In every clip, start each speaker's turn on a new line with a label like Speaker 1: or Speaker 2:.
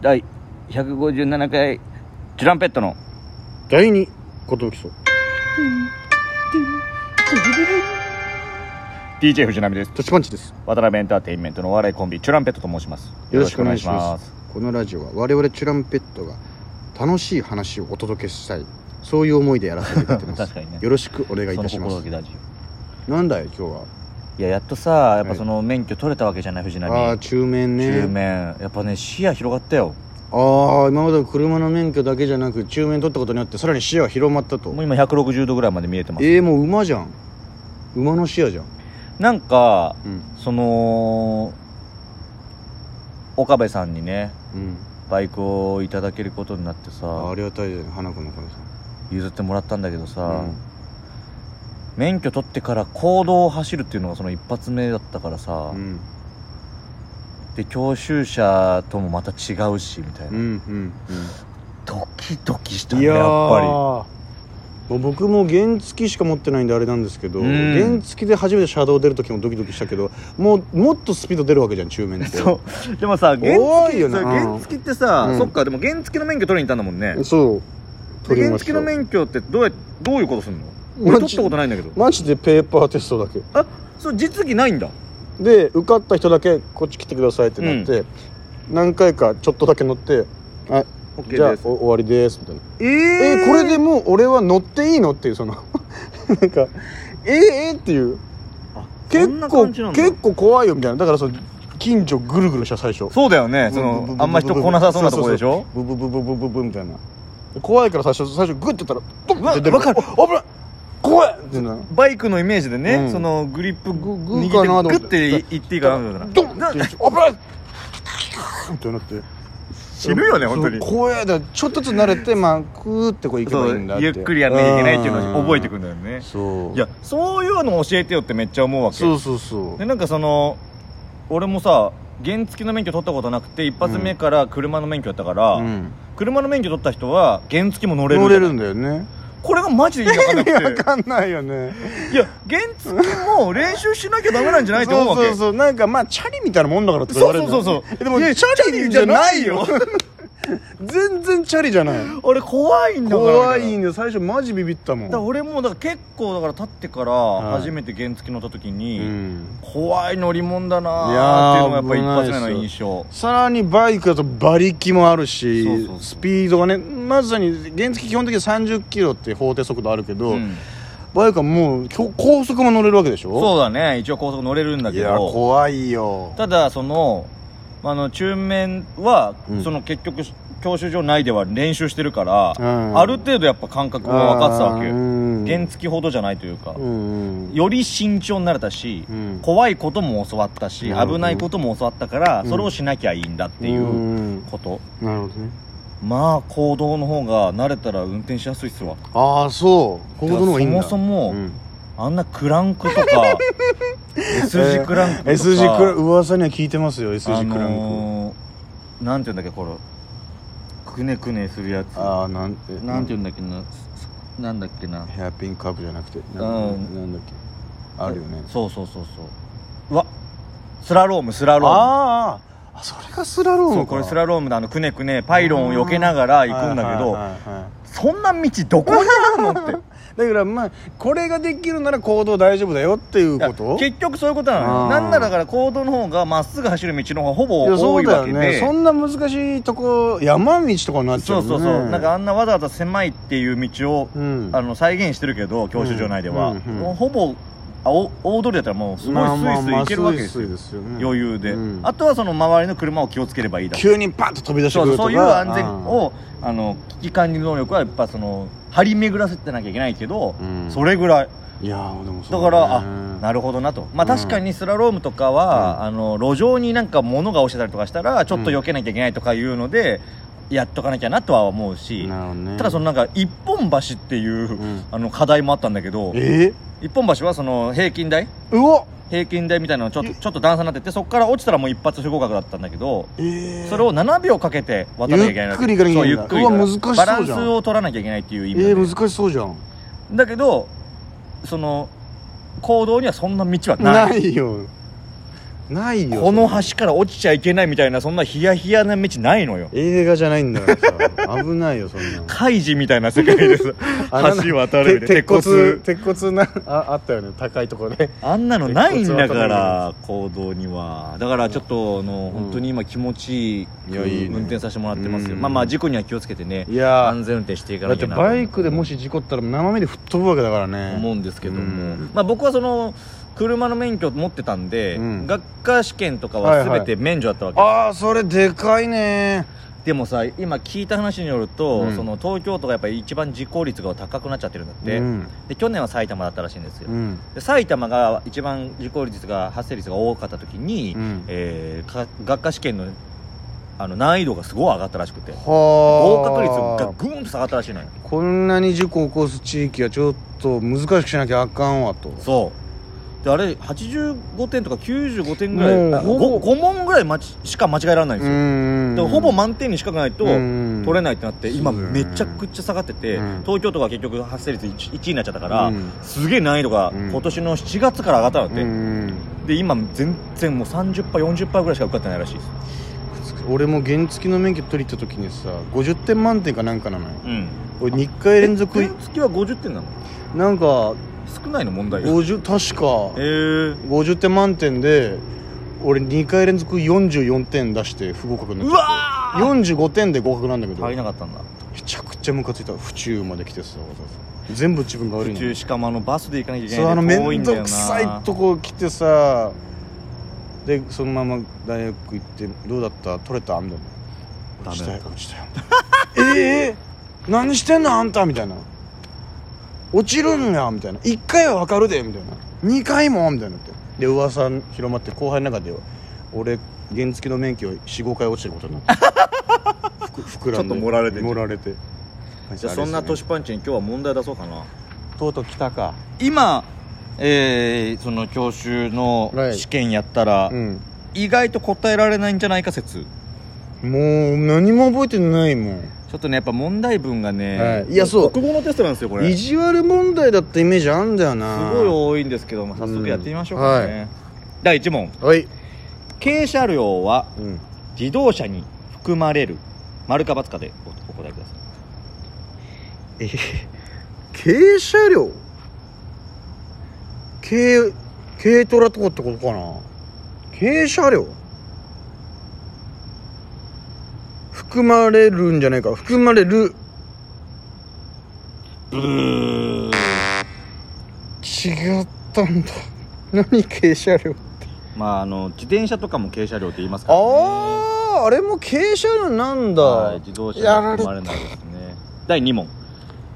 Speaker 1: 第157回チュランペットの
Speaker 2: 第二ことぶきそう
Speaker 1: DJ 藤波です
Speaker 2: タッチパンチです
Speaker 1: 渡辺エンターテインメントのお笑いコンビチュランペットと申します
Speaker 2: よろしくお願いします
Speaker 1: よろ
Speaker 2: このラジオは我々チュランペットが楽しい話をお届けしたいそういう思いでやらせていただいてます
Speaker 1: 確かにね
Speaker 2: よろしくお願いい
Speaker 1: しくお願
Speaker 2: た
Speaker 1: いし
Speaker 2: し
Speaker 1: ます
Speaker 2: ま
Speaker 1: その心が
Speaker 2: す
Speaker 1: け大事よ
Speaker 2: なんだい今日はい
Speaker 1: ややっとさやっぱ
Speaker 2: はい
Speaker 1: その免許取れたわけじゃない藤波、
Speaker 2: ああー中面ね
Speaker 1: 中面やっぱね視野広がったよ
Speaker 2: ああ今までの車の免許だけじゃなく中面取ったことによってさらに視野が広まったと
Speaker 1: もう今160度ぐらいまで見えてます
Speaker 2: えー、もう馬じゃん馬の視野じゃん
Speaker 1: なんか
Speaker 2: うん
Speaker 1: その岡部さんにね
Speaker 2: うん
Speaker 1: バイクをいただけることになって
Speaker 2: あーあ
Speaker 1: さ
Speaker 2: りがたいじゃん花子のおかげさん
Speaker 1: 譲ってもらったんだけどさ、
Speaker 2: うん
Speaker 1: 免許取ってから公道を走るっていうのがその一発目だったからさ、
Speaker 2: うん
Speaker 1: で教習車ともまた違うしみたいな、
Speaker 2: うんうん
Speaker 1: ドキドキした
Speaker 2: うん
Speaker 1: ね
Speaker 2: い
Speaker 1: や
Speaker 2: や
Speaker 1: っ
Speaker 2: ー
Speaker 1: ぱ
Speaker 2: もう僕も原付しか持ってないんであれなんですけど、
Speaker 1: うん
Speaker 2: 原付で初めて車道出る時もドキドキしたけどもうもっとスピード出るわけじゃん中面っ
Speaker 1: り
Speaker 2: て
Speaker 1: そうでもさ原
Speaker 2: 多
Speaker 1: 付
Speaker 2: いよな
Speaker 1: そう原付ってさ、
Speaker 2: うん
Speaker 1: そっかでも原付の免許取りに行ったんだもんね
Speaker 2: そう
Speaker 1: で
Speaker 2: 取り
Speaker 1: 原
Speaker 2: まし
Speaker 1: 付
Speaker 2: た
Speaker 1: の免許ってどうやどういうことすんの
Speaker 2: マジ
Speaker 1: 俺取ったことないんだけど
Speaker 2: マジでペーパーテストだけ
Speaker 1: あそう実技ないんだ
Speaker 2: で受かった人だけこっち来てくださいってなって、何回かちょっとだけ乗って「はい
Speaker 1: OK
Speaker 2: じゃあ
Speaker 1: です
Speaker 2: お終わりです」みたいな
Speaker 1: え
Speaker 2: 「えーこれでもう俺は乗っていいの?」っていうその なんか「えー、えーっていう結構結構怖いよみたいなだからその近所ぐるぐるした最初
Speaker 1: そうだよね
Speaker 2: ブ
Speaker 1: そ
Speaker 2: ブブ
Speaker 1: の
Speaker 2: ブブブ
Speaker 1: あんま人来なさそうなとこでしょ
Speaker 2: ブブブブブブブみたいなで怖いから最初最初グッてやったらドンって出る
Speaker 1: うわわかる
Speaker 2: お危ない怖いってな
Speaker 1: バイクのイメージでね、
Speaker 2: うん
Speaker 1: そのグリップ
Speaker 2: ググ
Speaker 1: 握
Speaker 2: ーかなと思
Speaker 1: っ
Speaker 2: って
Speaker 1: グ
Speaker 2: て
Speaker 1: ッていっていいかなみたいな
Speaker 2: ドンって危ないってなって
Speaker 1: 死ぬよね本当に
Speaker 2: そう怖いだからちょっとずつ慣れてまあクーってこう行けば
Speaker 1: そ
Speaker 2: いいんだ
Speaker 1: う
Speaker 2: って
Speaker 1: ゆっくりやんなきゃいけないっていうのを覚えてく
Speaker 2: る
Speaker 1: んだよね
Speaker 2: そう
Speaker 1: いやそういうの教えてよってめっちゃ思うわけ
Speaker 2: そうそうそう
Speaker 1: でなんかその俺もさ原付の免許取ったことなくて一発目から車の免許やったから、
Speaker 2: うん
Speaker 1: 車の免許取った人は原付も乗れる
Speaker 2: 乗れるんだよね
Speaker 1: これがマジで意味わかんな
Speaker 2: 意味わ
Speaker 1: くて
Speaker 2: かんないよね
Speaker 1: いや原付も練習しなきゃダメなんじゃないと思うわけ
Speaker 2: そうそうそうなんかまあチャリみたいなもんだからとか言われるんだよね
Speaker 1: そうそうそうそう
Speaker 2: えでも
Speaker 1: いや
Speaker 2: チャリじゃないよ全然チャリじゃない
Speaker 1: 俺怖いんだから
Speaker 2: 怖い
Speaker 1: だ
Speaker 2: んだよ最初マジビビったもん
Speaker 1: から俺もだから結構だから立ってから
Speaker 2: はい
Speaker 1: 初めて原付乗った時
Speaker 2: う
Speaker 1: に、
Speaker 2: ん
Speaker 1: 怖い乗り物だなーっていうのがやっぱ一
Speaker 2: い
Speaker 1: 発目
Speaker 2: やー危
Speaker 1: の
Speaker 2: ないで
Speaker 1: 印象
Speaker 2: さらにバイクだと馬力もあるし
Speaker 1: そうそうそう
Speaker 2: スピードがねまさに原付基本的に30キロって法定速度あるけど、
Speaker 1: うん
Speaker 2: バイクはもうきょ高速も乗れるわけでしょ
Speaker 1: そうだね一応高速乗れるんだ
Speaker 2: い
Speaker 1: け
Speaker 2: や
Speaker 1: ど
Speaker 2: 怖いよ
Speaker 1: ただそのあの中面は、
Speaker 2: うん
Speaker 1: その結局教習所内では練習してるから、
Speaker 2: うん
Speaker 1: ある程度やっぱ感覚は分かってたわけ
Speaker 2: う
Speaker 1: よ
Speaker 2: ん
Speaker 1: 原付ほどじゃないというか、
Speaker 2: うん
Speaker 1: より慎重になれたし、
Speaker 2: うん
Speaker 1: 怖いことも教わったし
Speaker 2: なるほ
Speaker 1: 危
Speaker 2: ど
Speaker 1: ないことも教わったから、
Speaker 2: うん
Speaker 1: それをしなきゃいいんだっていううんこと、
Speaker 2: なるほどね
Speaker 1: まあ行動の方が慣れたら運転しやすいっすわ
Speaker 2: ああそう高速の方がいいんだ
Speaker 1: そもそも
Speaker 2: うん
Speaker 1: あんなクランクとか S 字クランクとか、
Speaker 2: S 字クラ噂には聞いてますよ S 字クランク、
Speaker 1: あのーなんていうんだっけこれくねくねするやつ
Speaker 2: ああなんて
Speaker 1: なんてい
Speaker 2: いう
Speaker 1: うんだっけなすなんだっけな
Speaker 2: ヘアピンカーブじゃなくてな
Speaker 1: うん
Speaker 2: なんだっけあるよね
Speaker 1: そうそうそうそううわスラロームスラローム
Speaker 2: あーあーあそれがスラローム
Speaker 1: そう
Speaker 2: か
Speaker 1: これスラロームであのくねくねパイロンを避けながら行くんだけど、
Speaker 2: はいはいはいはい
Speaker 1: そんな道どこにあるのって
Speaker 2: だからまあこれができるなら行動大丈夫だよっていうこ
Speaker 1: いや
Speaker 2: と
Speaker 1: 結局そういうことなの
Speaker 2: あ
Speaker 1: よ
Speaker 2: ー
Speaker 1: なんならだから行動の方がまっすぐ走る道の方がほぼ
Speaker 2: いやそ
Speaker 1: 多
Speaker 2: う
Speaker 1: いわ
Speaker 2: だよ
Speaker 1: けで
Speaker 2: ねそんな難しいとこ山道とかになっちゃ
Speaker 1: そうう
Speaker 2: よね
Speaker 1: そうそうなんかあんなわざわざ狭いっていう道を、
Speaker 2: うん
Speaker 1: あの再現してるけど教習所内では、
Speaker 2: うんうんうん
Speaker 1: もうほぼあお大通りだったらもうすごい
Speaker 2: まあ
Speaker 1: スイ
Speaker 2: まあ
Speaker 1: スイ
Speaker 2: まあ
Speaker 1: 行けるわけです
Speaker 2: スイ
Speaker 1: よ
Speaker 2: スイですよね
Speaker 1: 余裕で、
Speaker 2: うん
Speaker 1: あとはその周りの車を気をつければいいだけ
Speaker 2: 急にパッと飛び出して
Speaker 1: そ
Speaker 2: くる
Speaker 1: う
Speaker 2: と
Speaker 1: そ
Speaker 2: か
Speaker 1: ういう安全をあの危機管理能力はやっぱその張り巡らせてなきゃいけないけど、
Speaker 2: うん
Speaker 1: それぐらい
Speaker 2: うんいやーでもそ
Speaker 1: だ
Speaker 2: う
Speaker 1: から、
Speaker 2: ね
Speaker 1: あなるほどなとまあ
Speaker 2: うん
Speaker 1: 確かにスラロームとかは、あの路上になんか物が落ちてたりとかしたらちょっと避けなきゃいけないとかいうので、やっとかなきゃなとは思うし、
Speaker 2: なるほどね
Speaker 1: ただそのなんか一本橋っていう、
Speaker 2: うん
Speaker 1: あの課題もあったんだけど
Speaker 2: え
Speaker 1: 一本橋はその平均台
Speaker 2: ーうわ
Speaker 1: 平均台みたいなのちょっと
Speaker 2: え
Speaker 1: ちょっと段差になっててそこから落ちたらもう一発不合格だったんだけど
Speaker 2: えー
Speaker 1: それを7秒かけて渡らなきゃいけない
Speaker 2: ゆっくり行かなきゃいけないんだ
Speaker 1: そうゆっくりだから
Speaker 2: うわ難しそうじ
Speaker 1: バ
Speaker 2: ゃん
Speaker 1: ランスを取らなきゃいけないっていう意味
Speaker 2: え
Speaker 1: で、
Speaker 2: ー難しそうじゃん
Speaker 1: だけどその行動にはそんな道はない
Speaker 2: ないよないよ
Speaker 1: この橋から落ちちゃいけないみたいなそんなヒヤヒヤな道ないのよ
Speaker 2: 映画じゃないんだからさ危ないよそん なの
Speaker 1: カイジみたいな世界です
Speaker 2: あなん
Speaker 1: 橋渡る上で
Speaker 2: て鉄骨
Speaker 1: 鉄
Speaker 2: 鉄骨なああったよね高いところで
Speaker 1: あんなのないんだか
Speaker 2: 鉄骨渡
Speaker 1: ら行動にはだからちょっとあの、本当に今気持ちいい
Speaker 2: いやいいね
Speaker 1: 運転させてもらってますよ、
Speaker 2: うん
Speaker 1: まあまあ事故には気をつけてね
Speaker 2: いや
Speaker 1: 安全運転していか
Speaker 2: だ
Speaker 1: な
Speaker 2: っ
Speaker 1: きゃ
Speaker 2: て
Speaker 1: な
Speaker 2: バイクでもし事故ったら生目で吹っ飛ぶわけだからね
Speaker 1: 思うんですけども、
Speaker 2: うん
Speaker 1: まあ、僕はその車の免許持ってたんで、
Speaker 2: うん
Speaker 1: 学科試験とかは
Speaker 2: はい
Speaker 1: 全て
Speaker 2: は
Speaker 1: 免除だったわけ、
Speaker 2: ああそれでかいね
Speaker 1: でもさ今聞いた話によると、
Speaker 2: うん
Speaker 1: その東京都がやっぱり一番事故率が高くなっちゃってるんだって、
Speaker 2: うん
Speaker 1: で去年は埼玉だったらしいんですよ、
Speaker 2: うん
Speaker 1: で埼玉が一番事故率が発生率が多かった時に、
Speaker 2: うん
Speaker 1: えーか学科試験のあの難易度がすごい上がったらしくて合
Speaker 2: 合
Speaker 1: 格率がぐーんと下がったらしいのよ
Speaker 2: こんなに事故を起こす地域はちょっと難しくしなきゃあかんわと
Speaker 1: そうであれ85点とか95点ぐ
Speaker 2: もう
Speaker 1: らい
Speaker 2: ほぼ
Speaker 1: 5, 問ぐらいまちしか間違えられないんですよ、
Speaker 2: ん
Speaker 1: でほぼ満点に近くないと
Speaker 2: うん
Speaker 1: 取れないってなって今
Speaker 2: そうだよ
Speaker 1: め
Speaker 2: ね
Speaker 1: ちゃくちゃ下がってて、
Speaker 2: うん
Speaker 1: 東京都が結局発生率 1, 位になっちゃったから、
Speaker 2: うん
Speaker 1: すげえ難易度が
Speaker 2: うん
Speaker 1: 今年の7月から上がったんだっ
Speaker 2: う
Speaker 1: て、
Speaker 2: ん
Speaker 1: で今全然もう30パー40パーぐらいしか受かってないらしいです
Speaker 2: 俺も原付の免許取りに行った時にさ50点満点かなんかなのよ
Speaker 1: うん
Speaker 2: 俺2回連続い
Speaker 1: 原付は50点なの
Speaker 2: なんか
Speaker 1: 少ないの問題が
Speaker 2: 50確か
Speaker 1: えー、
Speaker 2: 50点満点で俺2回連続44点出して不合格になっ
Speaker 1: う
Speaker 2: ちゃ
Speaker 1: わ
Speaker 2: って
Speaker 1: ー
Speaker 2: 45点で合格なんだけど
Speaker 1: 足り
Speaker 2: め
Speaker 1: なかったんだ
Speaker 2: ちゃくちゃムカついた府中まで来てさわざわざ全部自分が悪い
Speaker 1: 途
Speaker 2: の
Speaker 1: 中
Speaker 2: に
Speaker 1: しかもあのバスで行かなきゃいけ
Speaker 2: そう
Speaker 1: な
Speaker 2: あ
Speaker 1: い
Speaker 2: の
Speaker 1: んで遠い
Speaker 2: 面
Speaker 1: んだよ
Speaker 2: 倒
Speaker 1: な
Speaker 2: くさいとこ来てさでそのまま大学行って「どうだった取れた?」みたいな「
Speaker 1: ダ
Speaker 2: 落
Speaker 1: メ
Speaker 2: ちた
Speaker 1: だっ
Speaker 2: よ落ちたよ」 ええ何してんのあんた」みたいな「落ちるんや」みたいな「1回はわかるで」みたいな「2回も」みたいになってで噂広まって後輩の中では俺原付の免許45回落ちてることになってふく膨ら
Speaker 1: ち
Speaker 2: んで
Speaker 1: ょっと盛られてんじゃん
Speaker 2: 盛られて
Speaker 1: じゃあそんな年パンチに今日は問題出そうかな
Speaker 2: とうとう来たか
Speaker 1: 今えー、その教習の
Speaker 2: はい
Speaker 1: 試験やったら、
Speaker 2: うん
Speaker 1: 意外と答えられないんじゃないか説ち
Speaker 2: もう何も覚えてないもん
Speaker 1: ょっとねやっぱ問題文がね、
Speaker 2: はいいやそう
Speaker 1: 国語のテストなんですよこれ
Speaker 2: 意
Speaker 1: す
Speaker 2: 地悪問題だったイメージあんだよな
Speaker 1: ごい多いんですけども早速やってみましょうかね、
Speaker 2: うんは
Speaker 1: 第1問
Speaker 2: はい、
Speaker 1: 軽車両は
Speaker 2: うん、
Speaker 1: 自動車に含まれる丸か×かでおお答えください
Speaker 2: え軽車両軽軽トラとかってことかな軽車両含まれるんじゃないか含まれる
Speaker 1: ブー
Speaker 2: 違ったんだ 何軽車両
Speaker 1: まああの自転車とかも軽車両って言いますからね
Speaker 2: あああれも軽車両なんだ、
Speaker 1: はい、自動車に含まれないですね第2問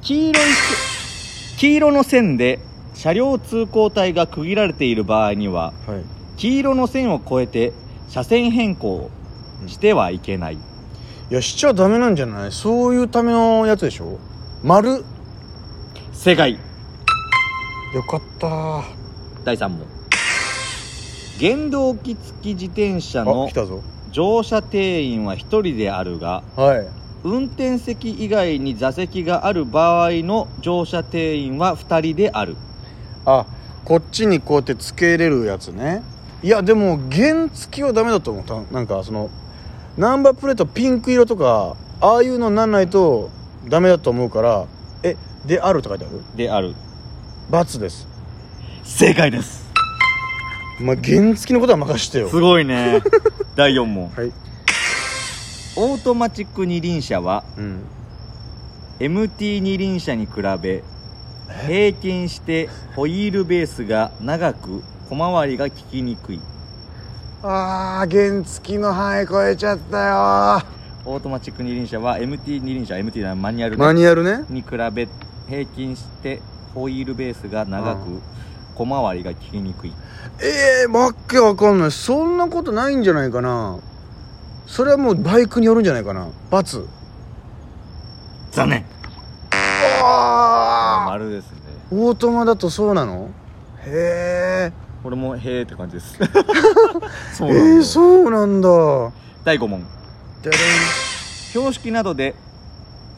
Speaker 1: 黄色いせ黄色の線で車両通行帯が区切られている場合には
Speaker 2: はい
Speaker 1: 黄色の線を越えて車線変更をしてはいけない、
Speaker 2: いやしちゃダメなんじゃないそういうためのやつでしょ丸
Speaker 1: 正解
Speaker 2: よかった
Speaker 1: 第3問原動機付き自転車
Speaker 2: あ
Speaker 1: の
Speaker 2: 来たぞ
Speaker 1: 乗車定員は1人であるが
Speaker 2: はい
Speaker 1: 運転席以外に座席がある場合の乗車定員は2人である
Speaker 2: あこっちにこうやってつけれるやつねいやでも原付きはダメだと思ったなんかそのナンバープレートピンク色とかああいうのになんないとダメだと思うからえであると書いてある
Speaker 1: である
Speaker 2: ×です
Speaker 1: 正解です
Speaker 2: まあ原付きのことは任してよ
Speaker 1: すごい ね第4問
Speaker 2: はい
Speaker 1: オートマチック二輪車は
Speaker 2: うん
Speaker 1: MT 二輪車に比べ平均してホイールベースが長く小回りが利きにくい
Speaker 2: あー原付きの範囲超えちゃった
Speaker 1: オートマチック二輪車は MT 二輪車 MT なマニュアル
Speaker 2: よ
Speaker 1: ね
Speaker 2: マニュアルね
Speaker 1: に比べ平均してホイールベースが長
Speaker 2: う
Speaker 1: く小回りが利きにくい
Speaker 2: ええー、わけわかんないそんなことないんじゃないかなそれはもうバイクによるんじゃないかな×
Speaker 1: 残念
Speaker 2: ああ
Speaker 1: 丸ですね
Speaker 2: オートマだとそうなのへえ
Speaker 1: これもへえって感じです そ
Speaker 2: え
Speaker 1: うなん
Speaker 2: ー、
Speaker 1: だ
Speaker 2: そうなんだ
Speaker 1: 第5問
Speaker 2: でれ
Speaker 1: 標識などで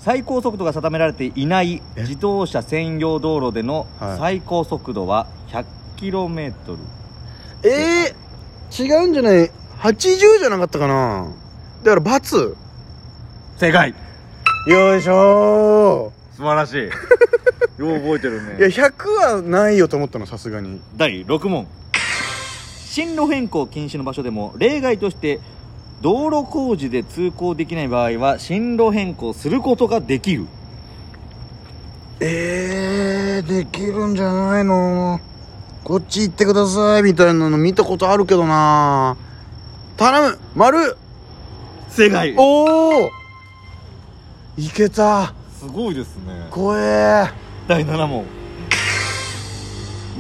Speaker 1: 最高速度が定められていない
Speaker 2: え
Speaker 1: 自動車専用道路での
Speaker 2: はい
Speaker 1: 最高速度は 100km、
Speaker 2: んえ違うんじゃない80じゃなかったかなだから×
Speaker 1: 正解
Speaker 2: よいしょ
Speaker 1: 素晴ら しいよう覚えてる
Speaker 2: ーいや
Speaker 1: ね
Speaker 2: 100はないよと思ったのさすがに
Speaker 1: 第6問進路変更禁止の場所でも例外として道路工事で通行できない場合は進路変更することができる
Speaker 2: えー、できるんじゃないのこっち行ってくださいみたいなの見たことあるけどな頼む丸
Speaker 1: 正解
Speaker 2: おおいけた
Speaker 1: すごいですね
Speaker 2: 怖え
Speaker 1: 第7問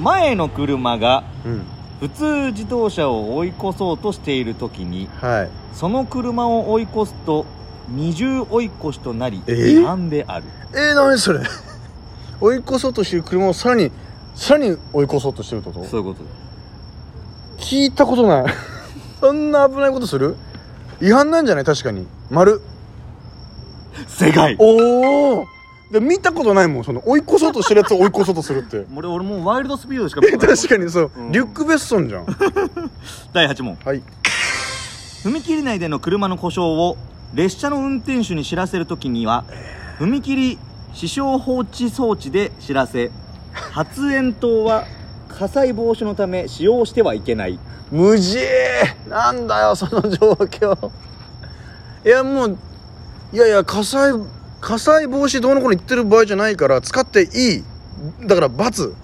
Speaker 1: 前の車が
Speaker 2: うん
Speaker 1: 普通自動車を追い越そうとしている時に
Speaker 2: はい
Speaker 1: その車を追い越すと二重追い越しとなり
Speaker 2: え
Speaker 1: 違反である
Speaker 2: えー、何それ 追い越そうとしてる車をさらにさらに追い越そうとしてるってこ
Speaker 1: そ
Speaker 2: と
Speaker 1: ういうことで
Speaker 2: 聞いたことない そんな危ないことする違反なんじゃない確かに丸
Speaker 1: す正解
Speaker 2: おおで見たことないもんその追い越そうとしてるやつを追い越そうとするって
Speaker 1: 俺俺もうワイルドスピードしか見
Speaker 2: え 確かにそう、
Speaker 1: うん
Speaker 2: リュック・ベッソンじゃん
Speaker 1: 第8問
Speaker 2: はい
Speaker 1: 踏切内での車の故障を列車の運転手に知らせる時には踏切死傷放置装置で知らせ発煙筒は火災防止のため使用してはいけない
Speaker 2: 無事なんだよその状況いやもういやいや火災火災防止どうのこうの言ってる場合じゃないから使っていいだから罰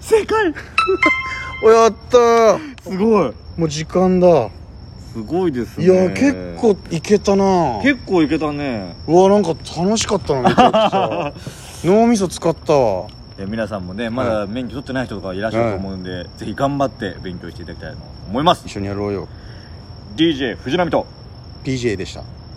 Speaker 1: 正解
Speaker 2: おやったー
Speaker 1: すごい
Speaker 2: もう時間だ
Speaker 1: すごいです
Speaker 2: い
Speaker 1: ね
Speaker 2: や結構いけたな
Speaker 1: 結構いけたね
Speaker 2: うわなんか楽しかったなめち ゃくちゃ脳みそ使ったわ
Speaker 1: え皆さんもねまだ免許取ってない人とかいらっしゃると思うんで、ぜひ頑張って勉強していただきたいと思います
Speaker 2: 一緒にやろうよ
Speaker 1: DJ 藤波と
Speaker 2: DJ でした